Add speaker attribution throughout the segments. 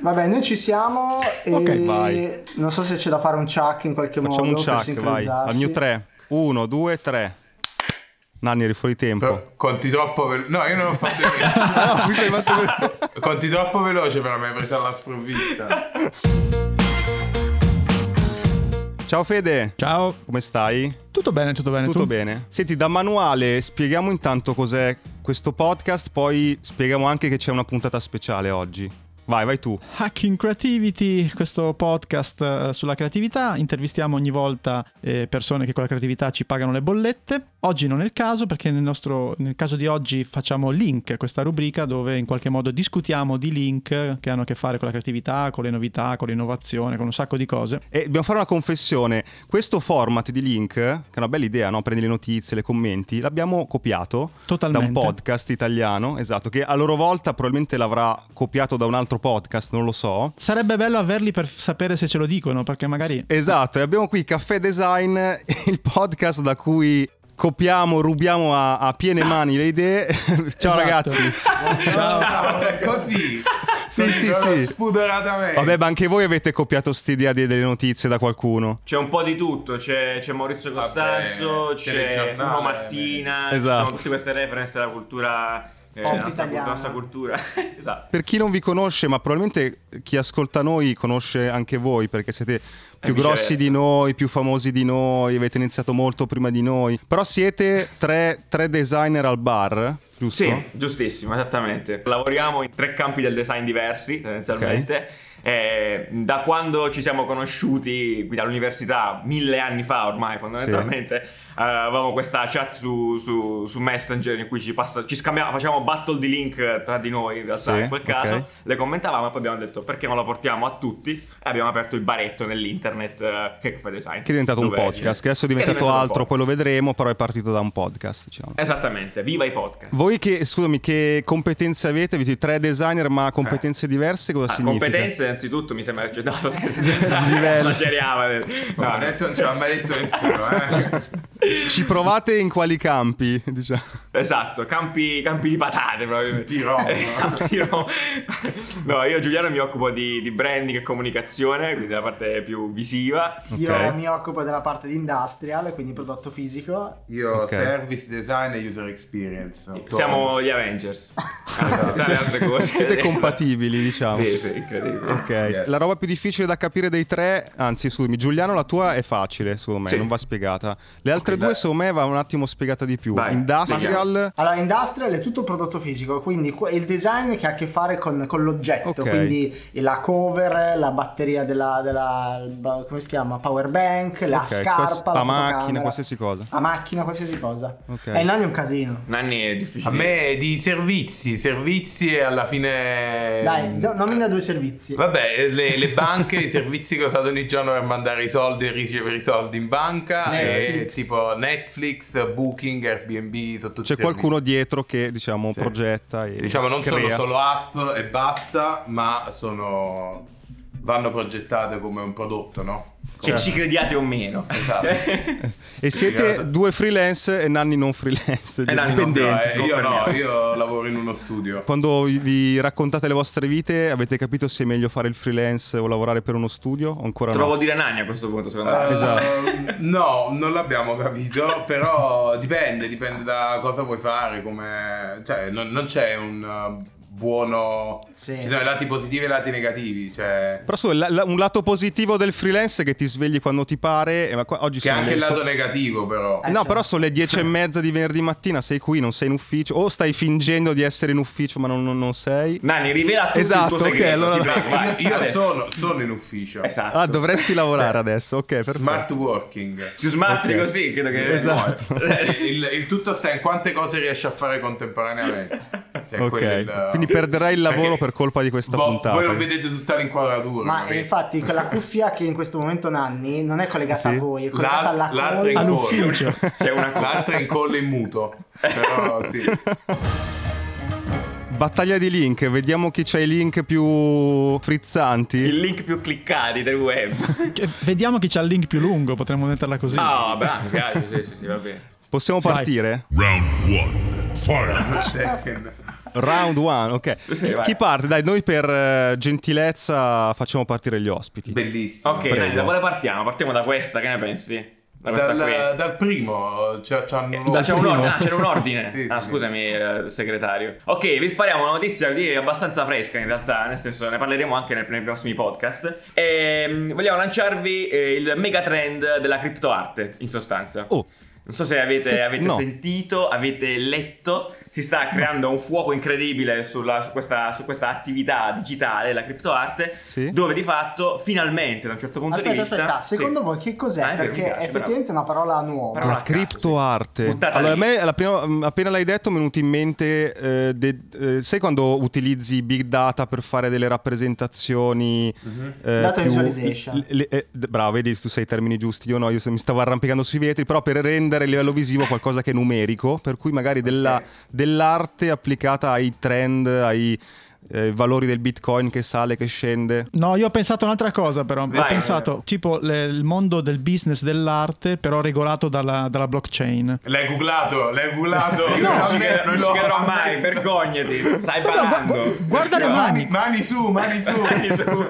Speaker 1: Vabbè, noi ci siamo e
Speaker 2: Ok, vai.
Speaker 1: non so se c'è da fare un chuck in qualche
Speaker 2: Facciamo
Speaker 1: modo per
Speaker 2: un chuck, vai.
Speaker 1: sincronizzarsi.
Speaker 2: Al mio 3. 1, 2, 3. Nanni, eri fuori tempo.
Speaker 3: Però conti troppo veloce. No, io non ho fatto niente.
Speaker 2: Ah, mi stai battendo-
Speaker 3: conti troppo veloce, però mi hai preso alla sprovvista.
Speaker 2: Ciao Fede,
Speaker 4: Ciao.
Speaker 2: come stai?
Speaker 4: Tutto bene, tutto bene.
Speaker 2: Tutto
Speaker 4: tu?
Speaker 2: bene? Senti, da manuale spieghiamo intanto cos'è questo podcast, poi spieghiamo anche che c'è una puntata speciale oggi. Vai, vai tu.
Speaker 4: Hacking Creativity, questo podcast eh, sulla creatività. Intervistiamo ogni volta eh, persone che con la creatività ci pagano le bollette. Oggi non è il caso perché nel, nostro, nel caso di oggi facciamo Link, questa rubrica dove in qualche modo discutiamo di link che hanno a che fare con la creatività, con le novità, con l'innovazione, con un sacco di cose.
Speaker 2: E dobbiamo fare una confessione. Questo format di link, che è una bella idea, no? Prendi le notizie, le commenti, l'abbiamo copiato
Speaker 4: Totalmente.
Speaker 2: da un podcast italiano, esatto, che a loro volta probabilmente l'avrà copiato da un altro podcast, non lo so.
Speaker 4: Sarebbe bello averli per sapere se ce lo dicono perché magari...
Speaker 2: Esatto, e abbiamo qui Caffè Design, il podcast da cui copiamo, rubiamo a, a piene mani le idee. Ciao
Speaker 4: Esatto.
Speaker 2: ragazzi.
Speaker 3: Così.
Speaker 2: Sì, sì,
Speaker 3: proprio
Speaker 2: sì.
Speaker 3: Spudoratamente.
Speaker 2: Vabbè, ma anche voi avete copiato st'idea di- delle notizie da qualcuno.
Speaker 5: C'è un po' di tutto, c'è, c'è Maurizio
Speaker 3: Vabbè,
Speaker 5: Costanzo, c'è
Speaker 3: telegiornale,
Speaker 5: Uno Mattina, ci
Speaker 2: Esatto.
Speaker 5: sono tutte queste reference della cultura, eh,
Speaker 1: Pop
Speaker 5: nostra,
Speaker 1: italiana.
Speaker 5: nostra cultura. esatto.
Speaker 2: Per chi non vi conosce, ma probabilmente chi ascolta noi conosce anche voi, perché siete più
Speaker 5: viceversa.
Speaker 2: grossi di noi, più famosi di noi, avete iniziato molto prima di noi. Però siete tre, tre designer al bar, giusto?
Speaker 5: Sì, giustissimo, esattamente. Lavoriamo in tre campi del design diversi, tendenzialmente. Eh, da quando ci siamo conosciuti qui dall'università, mille anni fa ormai fondamentalmente, eh, avevamo questa chat su, su- su Messenger in cui ci, passa, ci scambiavamo, facevamo battle di link tra di noi in realtà
Speaker 2: Sì,
Speaker 5: in quel
Speaker 2: ok.
Speaker 5: caso, le commentavamo e poi abbiamo detto perché non la portiamo a tutti e abbiamo aperto il baretto nell'internet eh, che fa design.
Speaker 2: Che è diventato
Speaker 5: Dove-
Speaker 2: un podcast, che adesso è
Speaker 5: che
Speaker 2: diventato,
Speaker 5: un
Speaker 2: altro,
Speaker 5: podcast.
Speaker 2: poi lo vedremo, però è partito da un podcast, diciamo.
Speaker 5: Esattamente, viva i podcast.
Speaker 2: Voi che, scusami, che competenze avete? Avete tre designer, ma competenze diverse cosa
Speaker 5: Ah,
Speaker 2: significa?
Speaker 5: competenze innanzitutto mi sembra che no, sto
Speaker 2: Livello.
Speaker 5: scherzando esageriamo adesso.
Speaker 3: No, adesso non ce l'ha mai detto nessuno, eh.
Speaker 2: Ci provate in quali campi, diciamo?
Speaker 5: esatto campi, campi di patate probabilmente
Speaker 3: Di Roma.
Speaker 5: Eh, campi di Roma. no io Giuliano mi occupo di, di branding e comunicazione quindi la parte più visiva
Speaker 1: Io
Speaker 2: Ok.
Speaker 1: mi occupo della parte di industrial, quindi prodotto fisico.
Speaker 3: Io
Speaker 2: Ok.
Speaker 3: service design e user experience.
Speaker 5: siamo gli Avengers Ah, tra le altre cose
Speaker 2: Esatto. Siete compatibili, diciamo.
Speaker 5: sì sì incredibile
Speaker 2: Ok,
Speaker 3: Yes.
Speaker 2: la roba più difficile da capire dei tre, anzi scusami, Giuliano la tua è facile secondo me,
Speaker 5: Sì.
Speaker 2: non va spiegata. Le altre
Speaker 3: Ok,
Speaker 2: due
Speaker 3: dai.
Speaker 2: secondo me va un attimo spiegata di più.
Speaker 5: Vai.
Speaker 2: Industrial,
Speaker 1: Allora, industrial è tutto il prodotto fisico, quindi que- il design che ha a che fare con, con l'oggetto,
Speaker 2: Ok.
Speaker 1: quindi la cover, la batteria della, della- ba- come si chiama? Power bank, la
Speaker 2: ok, quest-
Speaker 1: scarpa, la,
Speaker 2: la macchina,
Speaker 1: fotocamera.
Speaker 2: qualsiasi cosa.
Speaker 1: La macchina, qualsiasi cosa.
Speaker 2: Ok.
Speaker 1: E non è un casino.
Speaker 5: Nanni è difficile
Speaker 3: A me di servizi, servizi e alla fine...
Speaker 1: Dai, do-
Speaker 3: eh.
Speaker 1: nomina due servizi.
Speaker 3: Vabbè, eh, le, le banche, i servizi che usate ogni giorno per mandare i soldi e ricevere i soldi in banca, e
Speaker 1: Netflix.
Speaker 3: tipo Netflix, Booking, Airbnb, sono tutti
Speaker 2: C'è qualcuno
Speaker 3: servizi.
Speaker 2: dietro che diciamo
Speaker 3: Sì.
Speaker 2: progetta e
Speaker 3: Diciamo non sono
Speaker 2: crea.
Speaker 3: solo app e basta, ma sono... vanno progettate come un prodotto, no? Cioè,
Speaker 5: che Cioè, ci crediate o meno
Speaker 3: Esatto.
Speaker 2: E siete
Speaker 3: Figata.
Speaker 2: due freelance e Nanni non freelance,
Speaker 5: E Nanni non
Speaker 2: dipendenti.
Speaker 5: freelance.
Speaker 3: Eh, io no,
Speaker 5: Confermiamo.
Speaker 3: io lavoro in uno studio.
Speaker 2: Quando vi raccontate le vostre vite avete capito se è meglio fare il freelance o lavorare per uno studio o ancora
Speaker 5: trovo
Speaker 2: no?
Speaker 5: dire Nanni a questo punto secondo me
Speaker 3: Eh,
Speaker 2: Esatto.
Speaker 3: No, non l'abbiamo capito, però dipende, dipende da cosa vuoi fare, come... Cioè, non, non c'è un eh, buono...
Speaker 1: Sì,
Speaker 3: ci sono
Speaker 1: sì,
Speaker 3: i lati
Speaker 1: sì,
Speaker 3: positivi e i lati negativi, cioè...
Speaker 2: Però scusa, la- la- un lato positivo del freelance è che ti svegli quando ti pare, eh, ma qua- oggi
Speaker 3: Che è
Speaker 2: sono
Speaker 3: anche
Speaker 2: le-
Speaker 3: il lato
Speaker 2: so-
Speaker 3: negativo, però.
Speaker 1: Eh,
Speaker 2: No,
Speaker 1: sì.
Speaker 2: però sono le dieci e mezza di venerdì mattina, sei qui, non sei in ufficio, o stai fingendo di essere in ufficio ma non, non- non sei.
Speaker 5: Nanni rivela tutto il
Speaker 2: Esatto,
Speaker 5: tuo
Speaker 2: ok,
Speaker 5: segreto
Speaker 2: allora-
Speaker 5: ti prego, vai,
Speaker 3: Cioè, Io
Speaker 5: adesso.
Speaker 3: sono, sono in ufficio.
Speaker 5: esatto
Speaker 2: Ah, dovresti lavorare
Speaker 3: Eh.
Speaker 2: adesso, ok, perfetto.
Speaker 3: Smart working. Eh,
Speaker 5: più smart
Speaker 2: Ok.
Speaker 5: di così credo che
Speaker 2: Esatto.
Speaker 3: il, il tutto sta in quante cose riesci a fare contemporaneamente. Cioè,
Speaker 2: Ok,
Speaker 3: quello è il-
Speaker 2: quindi perderai il lavoro
Speaker 3: Perché
Speaker 2: per colpa di questa
Speaker 3: vo-
Speaker 2: puntata.
Speaker 3: Voi non vedete tutta l'inquadratura.
Speaker 1: Ma
Speaker 3: capito?
Speaker 1: eh, infatti quella cuffia che in questo momento Nanni non è collegata
Speaker 2: Sì.
Speaker 1: a voi, è
Speaker 3: L'al-
Speaker 1: collegata alla
Speaker 3: l'altra
Speaker 1: call.
Speaker 3: è in
Speaker 1: All'ufficio.
Speaker 3: call.
Speaker 5: c'è una
Speaker 3: L'altra è in call in muto. Però sì.
Speaker 2: Battaglia di link, vediamo chi c'ha i link più
Speaker 5: il
Speaker 2: frizzanti.
Speaker 5: link più cliccati del web.
Speaker 4: Che- Vediamo chi c'ha il link più lungo, potremmo metterla così.
Speaker 5: Ah, vabbè, mi piace, sì, sì, sì, va bene.
Speaker 2: Possiamo
Speaker 4: Vai.
Speaker 2: partire?
Speaker 6: Round one. Fight.
Speaker 3: Tekken.
Speaker 2: Round one, ok.
Speaker 5: Sì,
Speaker 2: Chi-
Speaker 5: vai.
Speaker 2: Chi parte? Dai, noi per eh, gentilezza facciamo partire gli ospiti.
Speaker 3: Bellissimo.
Speaker 5: Ok,
Speaker 2: Prego.
Speaker 5: dai, da quale partiamo? Partiamo da questa, che ne pensi? Da questa qui.
Speaker 3: Dal, dal primo c'è, c'hanno-
Speaker 5: Eh, c'è un ordine, ah, c'era un ordine.
Speaker 3: Sì, sì,
Speaker 5: ah,
Speaker 3: sì.
Speaker 5: scusami, eh, segretario. Ok, vi spariamo una notizia lì abbastanza fresca in realtà, nel senso ne parleremo anche nel- nei prossimi podcast. Ehm, vogliamo lanciarvi eh, il megatrend della criptoarte, in sostanza.
Speaker 2: Oh,
Speaker 5: Non so se avete,
Speaker 2: Che-
Speaker 5: avete
Speaker 2: no.
Speaker 5: sentito, avete letto, si sta creando un fuoco incredibile sulla- su, questa, su questa attività digitale, la criptoarte,
Speaker 2: Sì.
Speaker 5: dove di fatto finalmente da un certo punto
Speaker 1: Aspetta,
Speaker 5: di vista...
Speaker 1: aspetta, secondo
Speaker 5: sì.
Speaker 1: voi che cos'è?
Speaker 5: Ah, è vero,
Speaker 1: Perché
Speaker 5: mi piace,
Speaker 1: è effettivamente è una parola nuova.
Speaker 5: Parola-
Speaker 2: la
Speaker 5: a caso, sì.
Speaker 2: criptoarte.
Speaker 5: Buttata
Speaker 2: Allora, a
Speaker 5: lì.
Speaker 2: me la prima- mh, appena l'hai detto mi è venuto in mente, eh, de- eh, sai quando utilizzi big data per fare delle rappresentazioni...
Speaker 5: Mhm.
Speaker 2: eh,
Speaker 1: Data
Speaker 2: più-
Speaker 1: visualization.
Speaker 2: l- le- eh, d- bravo, vedi, tu sai i termini giusti, io no, io se- mi stavo arrampicando sui vetri, però per rendere il livello visivo qualcosa che è numerico, per cui magari della-
Speaker 5: Ok.
Speaker 2: dell'arte applicata ai trend, ai eh, valori del bitcoin che sale, che scende.
Speaker 4: No, io ho pensato un'altra cosa però, ho
Speaker 5: Vai.
Speaker 4: pensato tipo le- il mondo del business dell'arte però regolato dalla, dalla blockchain.
Speaker 3: L'hai googlato, l'hai googlato.
Speaker 5: non ci
Speaker 3: Veramente,
Speaker 5: chiederò, non ci
Speaker 3: lo
Speaker 5: chiederò
Speaker 3: ammetto.
Speaker 5: mai, vergognati,
Speaker 4: Guarda,
Speaker 5: stai
Speaker 4: gu-
Speaker 5: parlando.
Speaker 4: gu- guarda le mani.
Speaker 3: Mani su, mani su.
Speaker 5: Mani su.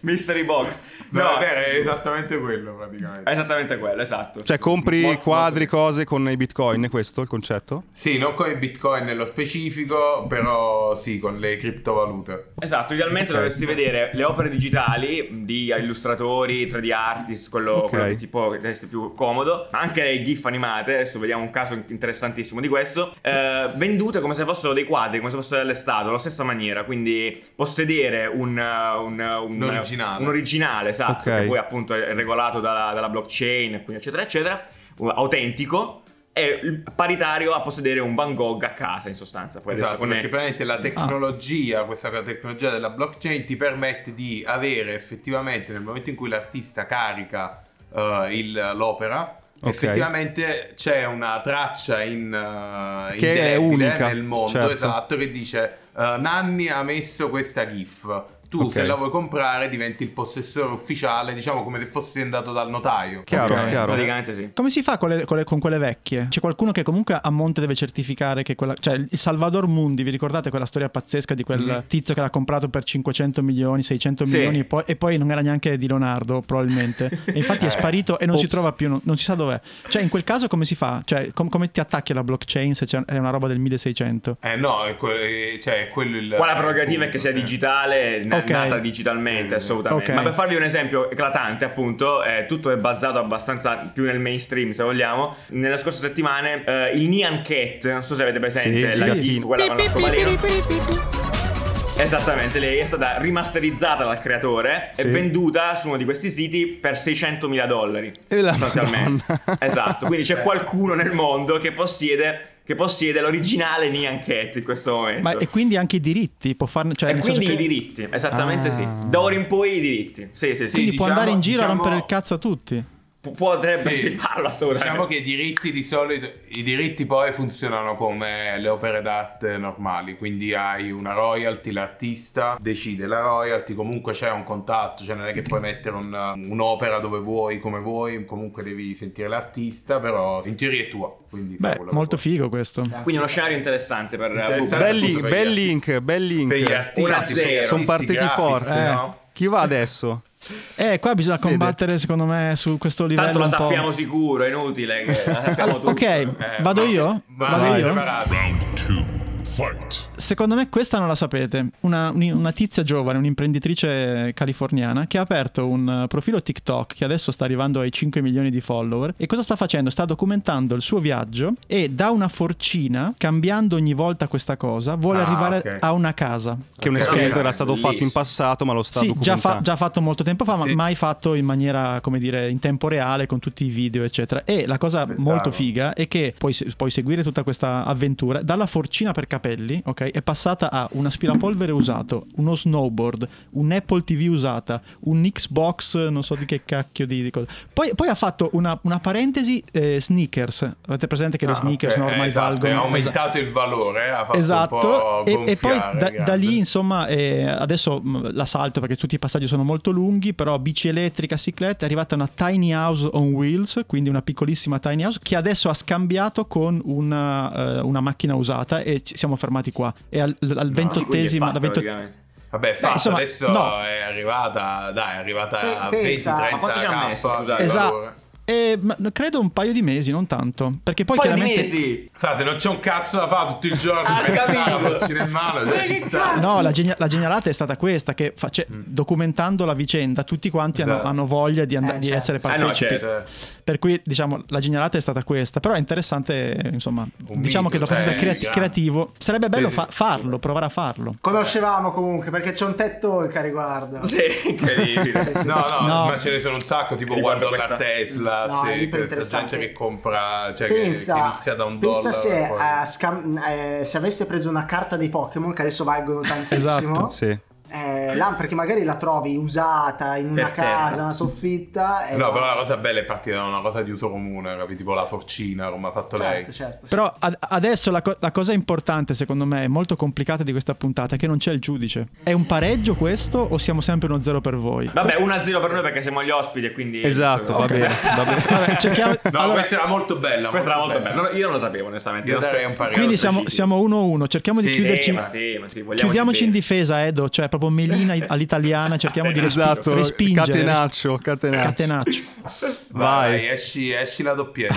Speaker 5: Mystery box.
Speaker 3: No,
Speaker 5: No, Eh.
Speaker 3: è vero, è esattamente quello praticamente.
Speaker 5: è esattamente quello, esatto.
Speaker 2: Cioè compri
Speaker 5: Molto-
Speaker 2: quadri,
Speaker 5: molto-
Speaker 2: cose con i bitcoin, è questo il concetto?
Speaker 3: Sì, non con i bitcoin nello specifico, però sì, con le criptovalute.
Speaker 5: Esatto, idealmente
Speaker 2: Ok.
Speaker 5: dovresti vedere le opere digitali di illustratori, 3D artist, quello,
Speaker 2: Ok.
Speaker 5: quello che ti può essere più comodo, ma anche le GIF animate, adesso vediamo un caso interessantissimo di questo, eh, vendute come se fossero dei quadri, come se fossero delle statue, alla stessa maniera, quindi possedere un, eh, un, eh, un-
Speaker 3: Un originale.
Speaker 5: un originale, esatto,
Speaker 2: Ok.
Speaker 5: che poi appunto è regolato dalla, dalla blockchain, quindi eccetera, eccetera, un- autentico. È il- paritario a possedere un Van Gogh a casa, in sostanza. Poi adesso
Speaker 3: Esatto,
Speaker 5: con
Speaker 3: perché praticamente
Speaker 2: Ah.
Speaker 3: la tecnologia, questa tecnologia della blockchain ti permette di avere effettivamente nel momento in cui l'artista carica eh, il- l'opera,
Speaker 2: Ok.
Speaker 3: effettivamente c'è una traccia in, eh,
Speaker 2: Che è
Speaker 3: indelebile
Speaker 2: unica,
Speaker 3: nel mondo,
Speaker 2: certo.
Speaker 3: esatto, che dice eh, Nanni ha messo questa GIF. Tu
Speaker 2: Ok.
Speaker 3: se la vuoi comprare diventi il possessore ufficiale, diciamo come se fossi andato dal notaio.
Speaker 2: Chiaro,
Speaker 5: Ok,
Speaker 2: chiaro.
Speaker 5: Praticamente sì.
Speaker 4: Come si fa con le, con le- con quelle vecchie? C'è qualcuno che comunque a monte deve certificare che quella... Cioè il Salvador Mundi, vi ricordate quella storia pazzesca di quel tizio che l'ha comprato per 500 milioni, 600
Speaker 5: Mm. Sì.
Speaker 4: milioni e poi, e poi non era neanche di Leonardo probabilmente. E infatti
Speaker 5: Eh.
Speaker 4: è sparito e non si
Speaker 5: Ops.
Speaker 4: trova più, non, non si sa dov'è. Cioè in quel caso come si fa? Cioè com- come ti attacchi alla blockchain se c'è, è una roba del 1600?
Speaker 3: Eh no, è que- eh, cioè, è quello il...
Speaker 5: Qua la prerogativa è che sia
Speaker 3: il punto, sì.
Speaker 5: digitale, n-
Speaker 4: Ok.
Speaker 5: nata digitalmente, assolutamente.
Speaker 4: Ok.
Speaker 5: Ma per farvi un esempio eclatante, appunto, eh, tutto è basato abbastanza più nel mainstream, se vogliamo. Nelle scorse settimane eh, il Neon Cat, non so se avete presente,
Speaker 2: Sì,
Speaker 5: la
Speaker 2: sì.
Speaker 5: GIF, quella con l'arcobaleno. Esattamente, lei è stata rimasterizzata dal creatore
Speaker 2: Sì.
Speaker 5: e venduta su uno di questi siti per 600.000 dollari.
Speaker 2: E la
Speaker 5: sostanzialmente.
Speaker 2: Madonna.
Speaker 5: Esatto, quindi c'è qualcuno nel mondo che possiede, che possiede l'originale Neon Cat in questo momento.
Speaker 4: Ma, e quindi anche i diritti? Può farne, cioè,
Speaker 5: Eh, e
Speaker 4: nel senso
Speaker 5: quindi i
Speaker 4: che-
Speaker 5: diritti, esattamente
Speaker 2: Ah.
Speaker 5: sì. Da ora in poi i diritti. Sì, sì, sì.
Speaker 4: Quindi può
Speaker 3: diciamo-
Speaker 4: andare in giro a
Speaker 3: diciamo-
Speaker 4: rompere il cazzo a tutti.
Speaker 5: Pu- potrebbe
Speaker 3: Sì.
Speaker 5: sì. farlo assolutamente.
Speaker 3: Diciamo che i diritti di solito, i diritti poi funzionano come le opere d'arte normali, quindi hai una royalty, l'artista decide la royalty, comunque c'è un contatto, cioè non è che puoi mettere un- un'opera dove vuoi, come vuoi, comunque devi sentire l'artista, però in teoria è tua. Quindi fai
Speaker 4: Beh,
Speaker 3: quello che
Speaker 4: molto
Speaker 3: vuoi.
Speaker 4: figo questo.
Speaker 5: Quindi uno scenario interessante per
Speaker 3: Interessante.
Speaker 2: Bel
Speaker 3: Belli-
Speaker 2: link, bel link, bel
Speaker 3: Per gli
Speaker 2: link.
Speaker 5: Una
Speaker 3: artisti, sono
Speaker 5: zero.
Speaker 2: Sono partiti forti.
Speaker 4: Eh.
Speaker 3: no?
Speaker 2: Chi va adesso?
Speaker 4: Eh, qua bisogna
Speaker 2: Vede.
Speaker 4: combattere, secondo me, su questo livello.
Speaker 5: Tanto lo
Speaker 4: un po'.
Speaker 5: sappiamo sicuro, è inutile che la sappiamo
Speaker 4: Allora,
Speaker 5: tutto.
Speaker 4: ok,
Speaker 3: Eh,
Speaker 4: vado
Speaker 3: vai.
Speaker 4: io?
Speaker 3: Vai,
Speaker 4: Vado
Speaker 3: vai,
Speaker 4: io?
Speaker 3: preparato.
Speaker 6: Round two. Fight.
Speaker 4: Secondo me questa non la sapete. Una, un- una tizia giovane, un'imprenditrice californiana, che ha aperto un eh, profilo TikTok che adesso sta arrivando ai 5 milioni di follower. E cosa sta facendo? Sta documentando il suo viaggio e da una forcina, cambiando ogni volta questa cosa, vuole
Speaker 3: Ah,
Speaker 4: arrivare
Speaker 3: ok.
Speaker 4: a una casa.
Speaker 2: Che un
Speaker 3: Ok,
Speaker 2: esperimento
Speaker 5: ok,
Speaker 2: era stato fatto in
Speaker 5: bellissimo.
Speaker 2: passato, ma lo sta
Speaker 4: Sì, già,
Speaker 2: documentando.
Speaker 4: fa- già fatto molto tempo fa, ma
Speaker 3: Sì.
Speaker 4: mai fatto in maniera, come dire, in tempo reale, con tutti i video, eccetera. E la cosa
Speaker 3: Spettacolo.
Speaker 4: molto figa è che puoi, se- puoi seguire tutta questa avventura dalla forcina per capelli, ok? È passata a un aspirapolvere usato, uno snowboard, un Apple TV usata, un Xbox, non so di che cacchio di, di cosa. Poi, poi ha fatto una, una parentesi eh, sneakers. Avete presente che le
Speaker 3: Ah,
Speaker 4: sneakers
Speaker 3: ok,
Speaker 4: no, ormai
Speaker 3: esatto,
Speaker 4: valgono?
Speaker 3: Ha
Speaker 4: Esatto.
Speaker 3: aumentato il valore, ha fatto un po'
Speaker 4: Esatto, e, e poi
Speaker 3: gonfiare,
Speaker 4: da, da
Speaker 3: grande.
Speaker 4: lì insomma eh, adesso mh, la salto perché tutti i passaggi sono molto lunghi, però bici elettrica, ciclette, è arrivata una tiny house on wheels, quindi una piccolissima tiny house che adesso ha scambiato con una, eh, una macchina usata e ci siamo fermati qua. e al, al ventottesima...
Speaker 5: Quindi è
Speaker 4: la
Speaker 5: fatta,
Speaker 4: vento-
Speaker 5: praticamente.
Speaker 3: Vabbè, è fatta,
Speaker 4: insomma,
Speaker 3: adesso
Speaker 4: no.
Speaker 3: è arrivata, dai, è arrivata a
Speaker 1: Pe-
Speaker 3: 20,
Speaker 1: pensa-
Speaker 3: 30
Speaker 1: Ma
Speaker 5: quanto ci ha messo, scusate?
Speaker 4: Esatto. E, ma, credo un paio di mesi, non tanto. Perché poi
Speaker 5: Poi di
Speaker 4: chiaramente...
Speaker 5: mesi!
Speaker 3: Frate, non c'è un cazzo da fare tutto il giorno.
Speaker 5: Ah,
Speaker 3: per
Speaker 5: capito.
Speaker 3: la forcina in mano, cioè,
Speaker 5: Ma
Speaker 3: ci
Speaker 5: che
Speaker 3: sta.
Speaker 5: cazzo?
Speaker 4: Ah, No, la, genia- la genialata è stata questa, che fa- cioè,
Speaker 5: Mm.
Speaker 4: documentando la vicenda tutti quanti hanno,
Speaker 3: Esatto.
Speaker 4: hanno voglia di, and-
Speaker 1: Eh,
Speaker 4: di
Speaker 1: certo.
Speaker 4: essere
Speaker 5: Ah,
Speaker 4: partecipi.
Speaker 5: no, certo.
Speaker 3: Cioè,
Speaker 4: Per cui, diciamo, la genialata è stata questa. Però è interessante, eh, insomma,
Speaker 3: Un
Speaker 4: diciamo che
Speaker 3: mito,
Speaker 4: dal punto
Speaker 3: cioè,
Speaker 4: di vista crea-
Speaker 3: grande.
Speaker 4: creativo sarebbe bello
Speaker 3: Sì,
Speaker 4: fa-
Speaker 3: sì.
Speaker 4: farlo, provare a farlo.
Speaker 1: Conoscevamo comunque perché c'è un tetto che riguarda.
Speaker 5: Sì, incredibile.
Speaker 3: No, no,
Speaker 4: No.
Speaker 3: ma ce ne sono un sacco, tipo
Speaker 5: Riguardo
Speaker 3: guarda la
Speaker 5: questa-
Speaker 1: No, è
Speaker 3: Tesla, sì, questa
Speaker 1: iperinteressante.
Speaker 3: gente che compra, cioè che- che,
Speaker 1: Pensa,
Speaker 3: inizia da un
Speaker 1: pensa
Speaker 3: dollaro.
Speaker 1: se,
Speaker 3: e poi-
Speaker 1: eh, scam- eh, se avesse preso una carta dei Pokémon che adesso valgono tantissimo,
Speaker 4: Esatto,
Speaker 2: Sì.
Speaker 1: eh, là, perché magari la trovi usata in una
Speaker 5: Per terra.
Speaker 1: casa, una soffitta. eh, e
Speaker 3: No,
Speaker 1: va-
Speaker 3: però la cosa bella è partire da una cosa di uso comune, capi? Tipo la forcina, come ha fatto lei.
Speaker 1: certo, certo.
Speaker 4: Però ad- adesso la, co- la cosa importante, secondo me, molto complicata di questa puntata è che non c'è il giudice. È un pareggio questo o siamo sempre uno zero per voi?
Speaker 5: Vabbè, 1-0 per noi perché siamo gli ospiti e quindi...
Speaker 2: Esatto, va bene. va bene.
Speaker 4: Vabbè, cerchiamo-
Speaker 3: No,
Speaker 4: allora,
Speaker 3: questa era molto bella.
Speaker 5: Questa era molto bella. No, Io non lo sapevo, onestamente.
Speaker 3: Io
Speaker 5: Non
Speaker 3: darei
Speaker 5: spe-
Speaker 3: un parere.
Speaker 4: quindi
Speaker 5: non
Speaker 4: siamo,
Speaker 5: specifico.
Speaker 4: siamo 1-1, cerchiamo di
Speaker 3: Sì,
Speaker 4: chiuderci.
Speaker 5: Sì, ma sì, ma sì, vogliamoci
Speaker 4: Chiudiamoci in
Speaker 5: bene.
Speaker 4: difesa, Edo, cioè proprio melina i- all'italiana, cerchiamo di respi-
Speaker 2: Esatto,
Speaker 4: respingere.
Speaker 2: catenaccio, catenaccio.
Speaker 4: Catenaccio.
Speaker 3: Vai,
Speaker 2: Vai.
Speaker 3: esci, esci la doppietta.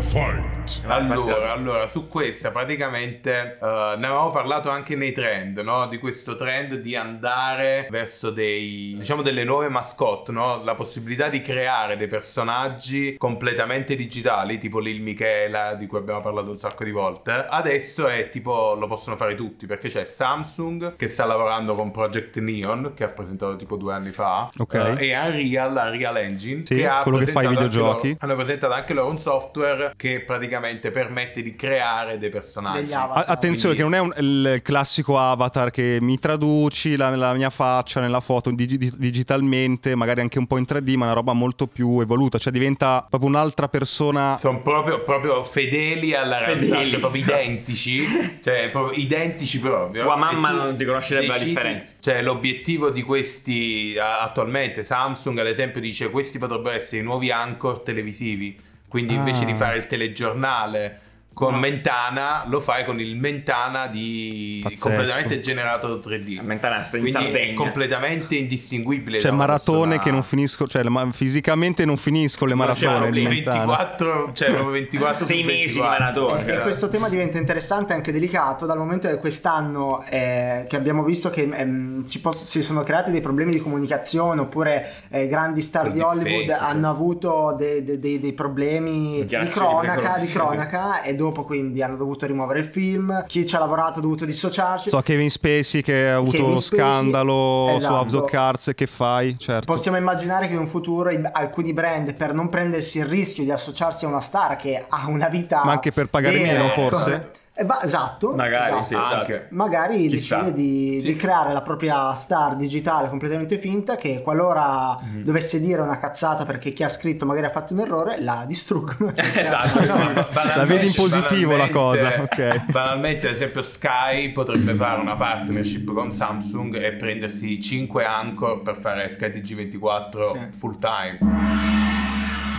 Speaker 6: Fight.
Speaker 3: allora, allora, su questa praticamente eh, ne avevamo parlato anche nei trend, no? Di questo trend di andare verso dei, diciamo, delle nuove mascotte, no? La possibilità di creare dei personaggi completamente digitali, tipo Lil Michela, di cui abbiamo parlato un sacco di volte. Adesso è tipo, lo possono fare tutti, perché c'è Samsung che sta lavorando con Project Neon, che ha presentato tipo due anni fa,
Speaker 2: Ok.
Speaker 3: eh, e Unreal, Unreal Engine,
Speaker 2: Sì,
Speaker 3: che ha
Speaker 2: quello che fa i
Speaker 3: presentato anche loro-
Speaker 2: videogiochi.
Speaker 3: hanno presentato anche loro un software che praticamente permette di creare dei personaggi.
Speaker 1: Degli avatar.
Speaker 2: A- attenzione,
Speaker 3: Quindi-
Speaker 2: che non è un- il classico avatar che mi traduci la, la mia faccia nella foto digi- di- digitalmente, magari anche un po' in 3D, ma una roba molto più evoluta, cioè diventa proprio un'altra persona.
Speaker 3: Sono proprio, proprio fedeli alla realtà,
Speaker 5: Fedeli.
Speaker 3: cioè proprio identici, cioè proprio identici proprio.
Speaker 5: Tua
Speaker 3: E
Speaker 5: mamma
Speaker 3: tu
Speaker 5: non ti conoscerebbe la
Speaker 3: decidi-
Speaker 5: differenza.
Speaker 3: Cioè l'obiettivo di questi a- attualmente, Samsung ad esempio dice questi potrebbero essere i nuovi anchor televisivi, quindi invece
Speaker 4: Ah.
Speaker 3: di fare il telegiornale con Mentana lo fai con il Mentana di
Speaker 2: Pazzesco.
Speaker 3: completamente generato 3D.
Speaker 5: A Mentana sta in
Speaker 3: Quindi è
Speaker 5: Sardegna.
Speaker 3: completamente indistinguibile.
Speaker 2: Cioè
Speaker 3: da una
Speaker 2: maratone
Speaker 3: persona-
Speaker 2: che non finisco, cioè la ma- fisicamente non finisco
Speaker 3: Cioè,
Speaker 2: le
Speaker 5: Non c'è
Speaker 2: maratone di
Speaker 5: problemi.
Speaker 2: Mentana.
Speaker 3: 24, cioè proprio 24
Speaker 5: Sei mesi di
Speaker 1: E-
Speaker 5: maratona.
Speaker 3: eh.
Speaker 1: E questo tema diventa interessante e anche delicato dal momento che quest'anno eh, che abbiamo visto che ehm, si, pos- si sono creati dei problemi di comunicazione oppure eh, grandi star
Speaker 3: Con
Speaker 1: di Hollywood
Speaker 3: deepfake,
Speaker 1: hanno avuto de- de- de- dei problemi di
Speaker 5: Dichiarazioni
Speaker 1: cronaca, di
Speaker 5: pericolose,
Speaker 1: cronaca e dopo quindi hanno dovuto rimuovere il film, chi ci ha lavorato ha dovuto dissociarsi.
Speaker 2: So Kevin Spacey che ha avuto
Speaker 1: Kevin
Speaker 2: lo
Speaker 1: Spacey,
Speaker 2: scandalo su
Speaker 1: esatto.
Speaker 2: House of Cards, che fai? Certo.
Speaker 1: Possiamo immaginare che in un futuro i- alcuni brand per non prendersi il rischio di associarsi a una star che ha una vita
Speaker 2: Ma anche per pagare
Speaker 1: vera,
Speaker 2: meno,
Speaker 1: ecco,
Speaker 2: forse?
Speaker 1: eh, va- esatto,
Speaker 5: Magari,
Speaker 1: esatto.
Speaker 5: sì, esatto.
Speaker 3: Anche.
Speaker 1: magari
Speaker 5: Chissà.
Speaker 1: decide di, di creare la propria star digitale completamente finta che qualora
Speaker 3: Mhm.
Speaker 1: dovesse dire una cazzata perché chi ha scritto magari ha fatto un errore la distruggono
Speaker 5: Esatto.
Speaker 2: La vedi in positivo la cosa,
Speaker 3: Banalmente-
Speaker 2: ok.
Speaker 3: Banalmente, ad esempio, Sky potrebbe fare una partnership con Samsung e prendersi 5 anchor per fare Sky TG24
Speaker 1: Sì.
Speaker 3: full time.